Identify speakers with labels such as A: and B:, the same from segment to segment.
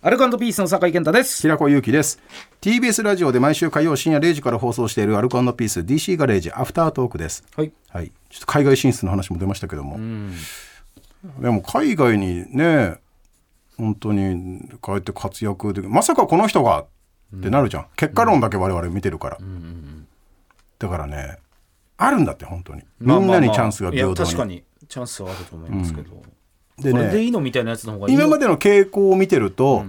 A: アルコピースの酒井健太です。
B: 平子祐希です TBS ラジオで毎週火曜深夜0時から放送しているアルコピース DC ガレージアフタートークです
A: はい。
B: はいちょっと海外進出の話も出ましたけども、でも海外にね本当に帰って活躍でまさかこの人がってなるじゃん、結果論だけ我々見てるから、だからねあるんだって本当に、みんなにチャンスが平等に
A: いや確かにチャンスはあると思いますけど。
B: で
A: これで
B: ね
A: いいのみたいなやつの方がいいよ。
B: 今までの傾向を見てると、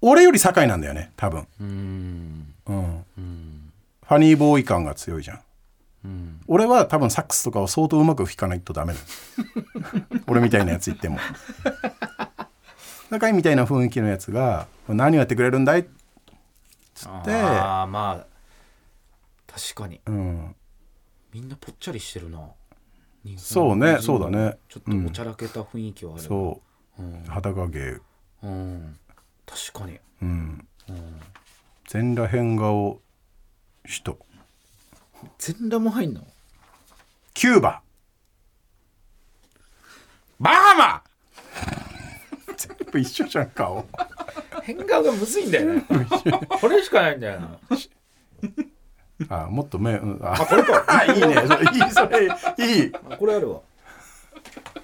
B: 俺より酒井なんだよね多分
A: うん。
B: うんファニーボーイ感が強いじゃん、俺は多分サックスとかを相当うまく弾かないとダ メだ俺みたいなやつ言っても中井みたいな雰囲気のやつが「何をやってくれるんだい?」っつって、
A: ああまあ確かに
B: うん、
A: みんなぽっちゃりしてるな。日本
B: そうねそうだね
A: ちょっとおちゃらけた雰囲気はある。
B: そう、
A: うん
B: 裸芸
A: うん。確かに。
B: うん全裸変顔人
A: 全裸も入んの。
B: キューババハマ全部一緒じゃん顔
A: 変顔がむずいんだ よね。これしかないんだよな。
B: あもっと目、うん、あ
A: あこれか。
B: あいいねそれいいそれいい
A: あこれあるわ。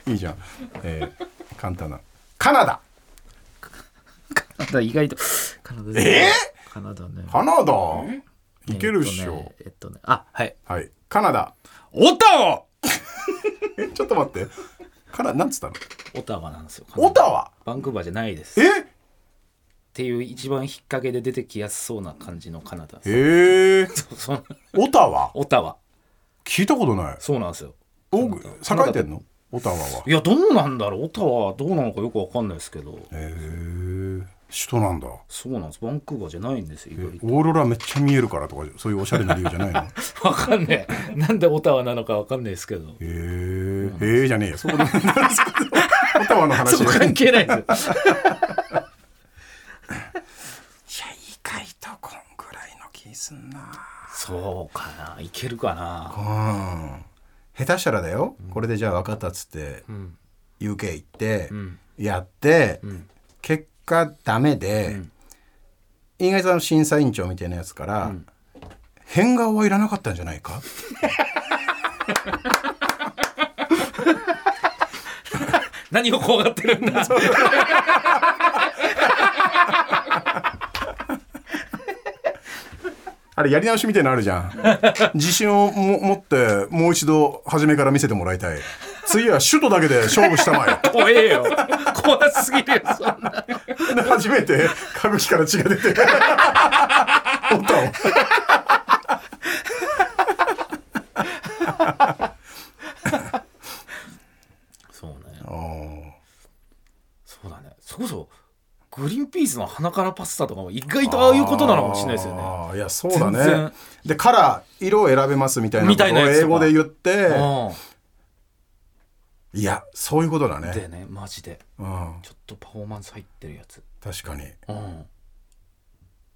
B: いいじゃん、えー簡単なカナダ
A: カナダ意外とカナダです
B: え
A: カナダね。
B: カナダいけるっしょ、
A: えっとね。えっとねあはい。
B: はいカナダ
A: オタワ
B: えちょっと待ってカナなんつったの
A: オタワなんですよ。
B: オタワ
A: バンクーバーじゃないです。っ
B: え
A: ていう一番引っ掛けで出てきやすそうな感じのカナダ。
B: えー、
A: そう そう
B: オタワ
A: オタワ。
B: 聞いたことない
A: そうなんですよ。
B: お栄えてんのオタワはい
A: やどうなんだろうオタワはどうなのかよくわかんないですけど。
B: えー、首都なんだ
A: そうなんです。バンクーバーじゃないんですよ。
B: え
A: 意外と
B: オーロラめっちゃ見えるからとかそういうおしゃれな理由じゃな いの
A: わかんねえ。 なんでオタワなのかわかんないですけど。
B: えー、えー、じゃねえよそこでオタワの話
A: そう関係ないです。
B: いや意外とこんぐらいの気すんな
A: そうかな。いけるかな。
B: うん下手したらだよ、これでじゃあ分かったっつって、
A: ん
B: UK 行って、
A: ん
B: やって、結果ダメで、意外とあの審査委員長みたいなやつから、変顔はいらなかったんじゃないか
A: 何を怖がってるんだ。
B: あれやり直しみたいなのあるじゃ ん自信をも持ってもう一度初めから見せてもらいたい次は首都だけで勝負したまえ
A: 怖えよ。怖すぎるよ。そんな。
B: で初めて歌舞伎から血が出ておったわ
A: そうね。
B: おー
A: そうだね。そこそグリーンピースの鼻からパスタとかも意外とああいうことなのかもしれないですよね。
B: あーいやそうだ
A: 全
B: ね
A: 然
B: でカラー色を選べますみたいなこ
A: み
B: とを
A: たいなやつとか
B: 英語で言って
A: う
B: いやそういうことだ
A: ん。
B: ね、
A: でね、マジで。
B: うん、
A: ちょっとパフォーマンス入ってるやつ。
B: 確かに
A: うん。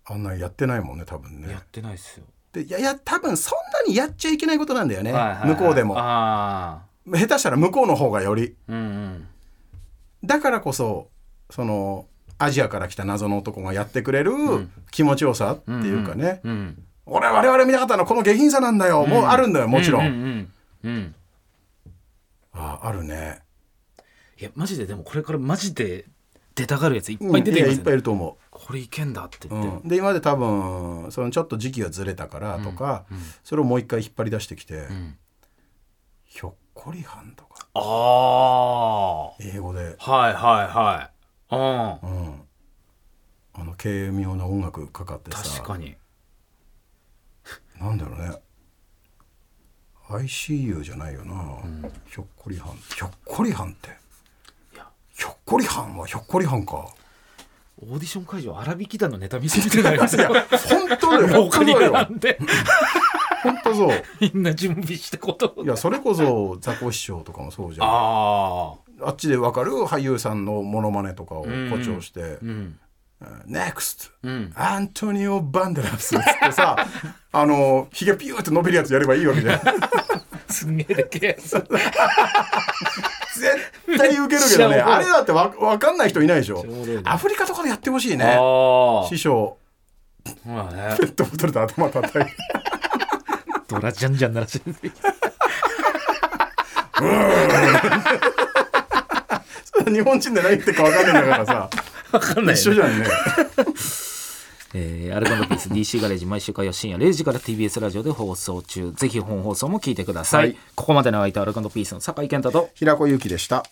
B: あんなんやってないもんね多分
A: や
B: ね
A: ってないっすよ。
B: でいやいや多分そんなにやっちゃいけないことなんだよね、
A: はいはいはい
B: 向こうでも
A: ああ。
B: 下手したら向こうの方がより
A: うんうん。
B: だからこそそのアジアから来た謎の男がやってくれる気持ちよさっていうかね、
A: うん。
B: 俺我々見たかったのはこの下品さなんだよ、もうあるんだよもちろん、
A: うんうんうん。うん。
B: ああるね
A: いや、マジで、でもこれからマジで出たがるやついっぱい出てき
B: うんいや
A: ま
B: い
A: す
B: っ
A: よ
B: ぱい
A: ね。
B: いると思う
A: これいけんだって言って。
B: うん、で今まで多分そのちょっと時期がずれたからとか、それをもう一回引っ張り出してきて、
A: ん
B: ひょっこりはんとか
A: ああ。は
B: 英語で、
A: いはいは
B: う
A: い。
B: ん、あの軽妙な音楽かかって
A: うん。
B: さ
A: 確かに。
B: なんだろうね ICU じゃないよな、ひょっこりはんひょっこりはんって
A: いや
B: ひょっこりはんはひょっこりはんか
A: オーディション会場荒引き団のネタ見せみたいになりますよ。
B: 本当だ よ
A: 廊
B: 本当
A: 下に
B: だよ
A: 並んで
B: 本当そう
A: みんな準備したこと
B: いやそれこそザコシショウとかもそうじゃん
A: ああ
B: あっちでわかる俳優さんのモノマネとかを誇張して「
A: うん
B: えー NEXT、
A: うん
B: アントニオ・バンデラス」っつってさ あのひげピューって伸びるやつやればいいわけじゃん
A: すんげえでけえやつ
B: 絶対受けるけ
C: め
B: ど
C: っ
B: ね
C: ちゃ面白い
B: あれだってわわかんない人いないでしょ
C: ちょうどいいね
B: アフリカとかでやってほし
C: あ
B: い
C: あ
B: ね師匠
C: まあね
B: ペットボトルで頭叩いて
A: ドラジャンジャン鳴らしてる
B: それ日本人で何言ってるか わかんないんだからさ
A: わかんない
B: 一緒
A: よね、
B: じゃんね
A: えー、改めてです DC ガレージ毎週火曜深夜0時から TBS ラジオで放送中ぜひ本放送も聞いてください、
B: はい
A: ここまでの相手はアルカンドピースの酒井健太と
B: 平子ゆきでした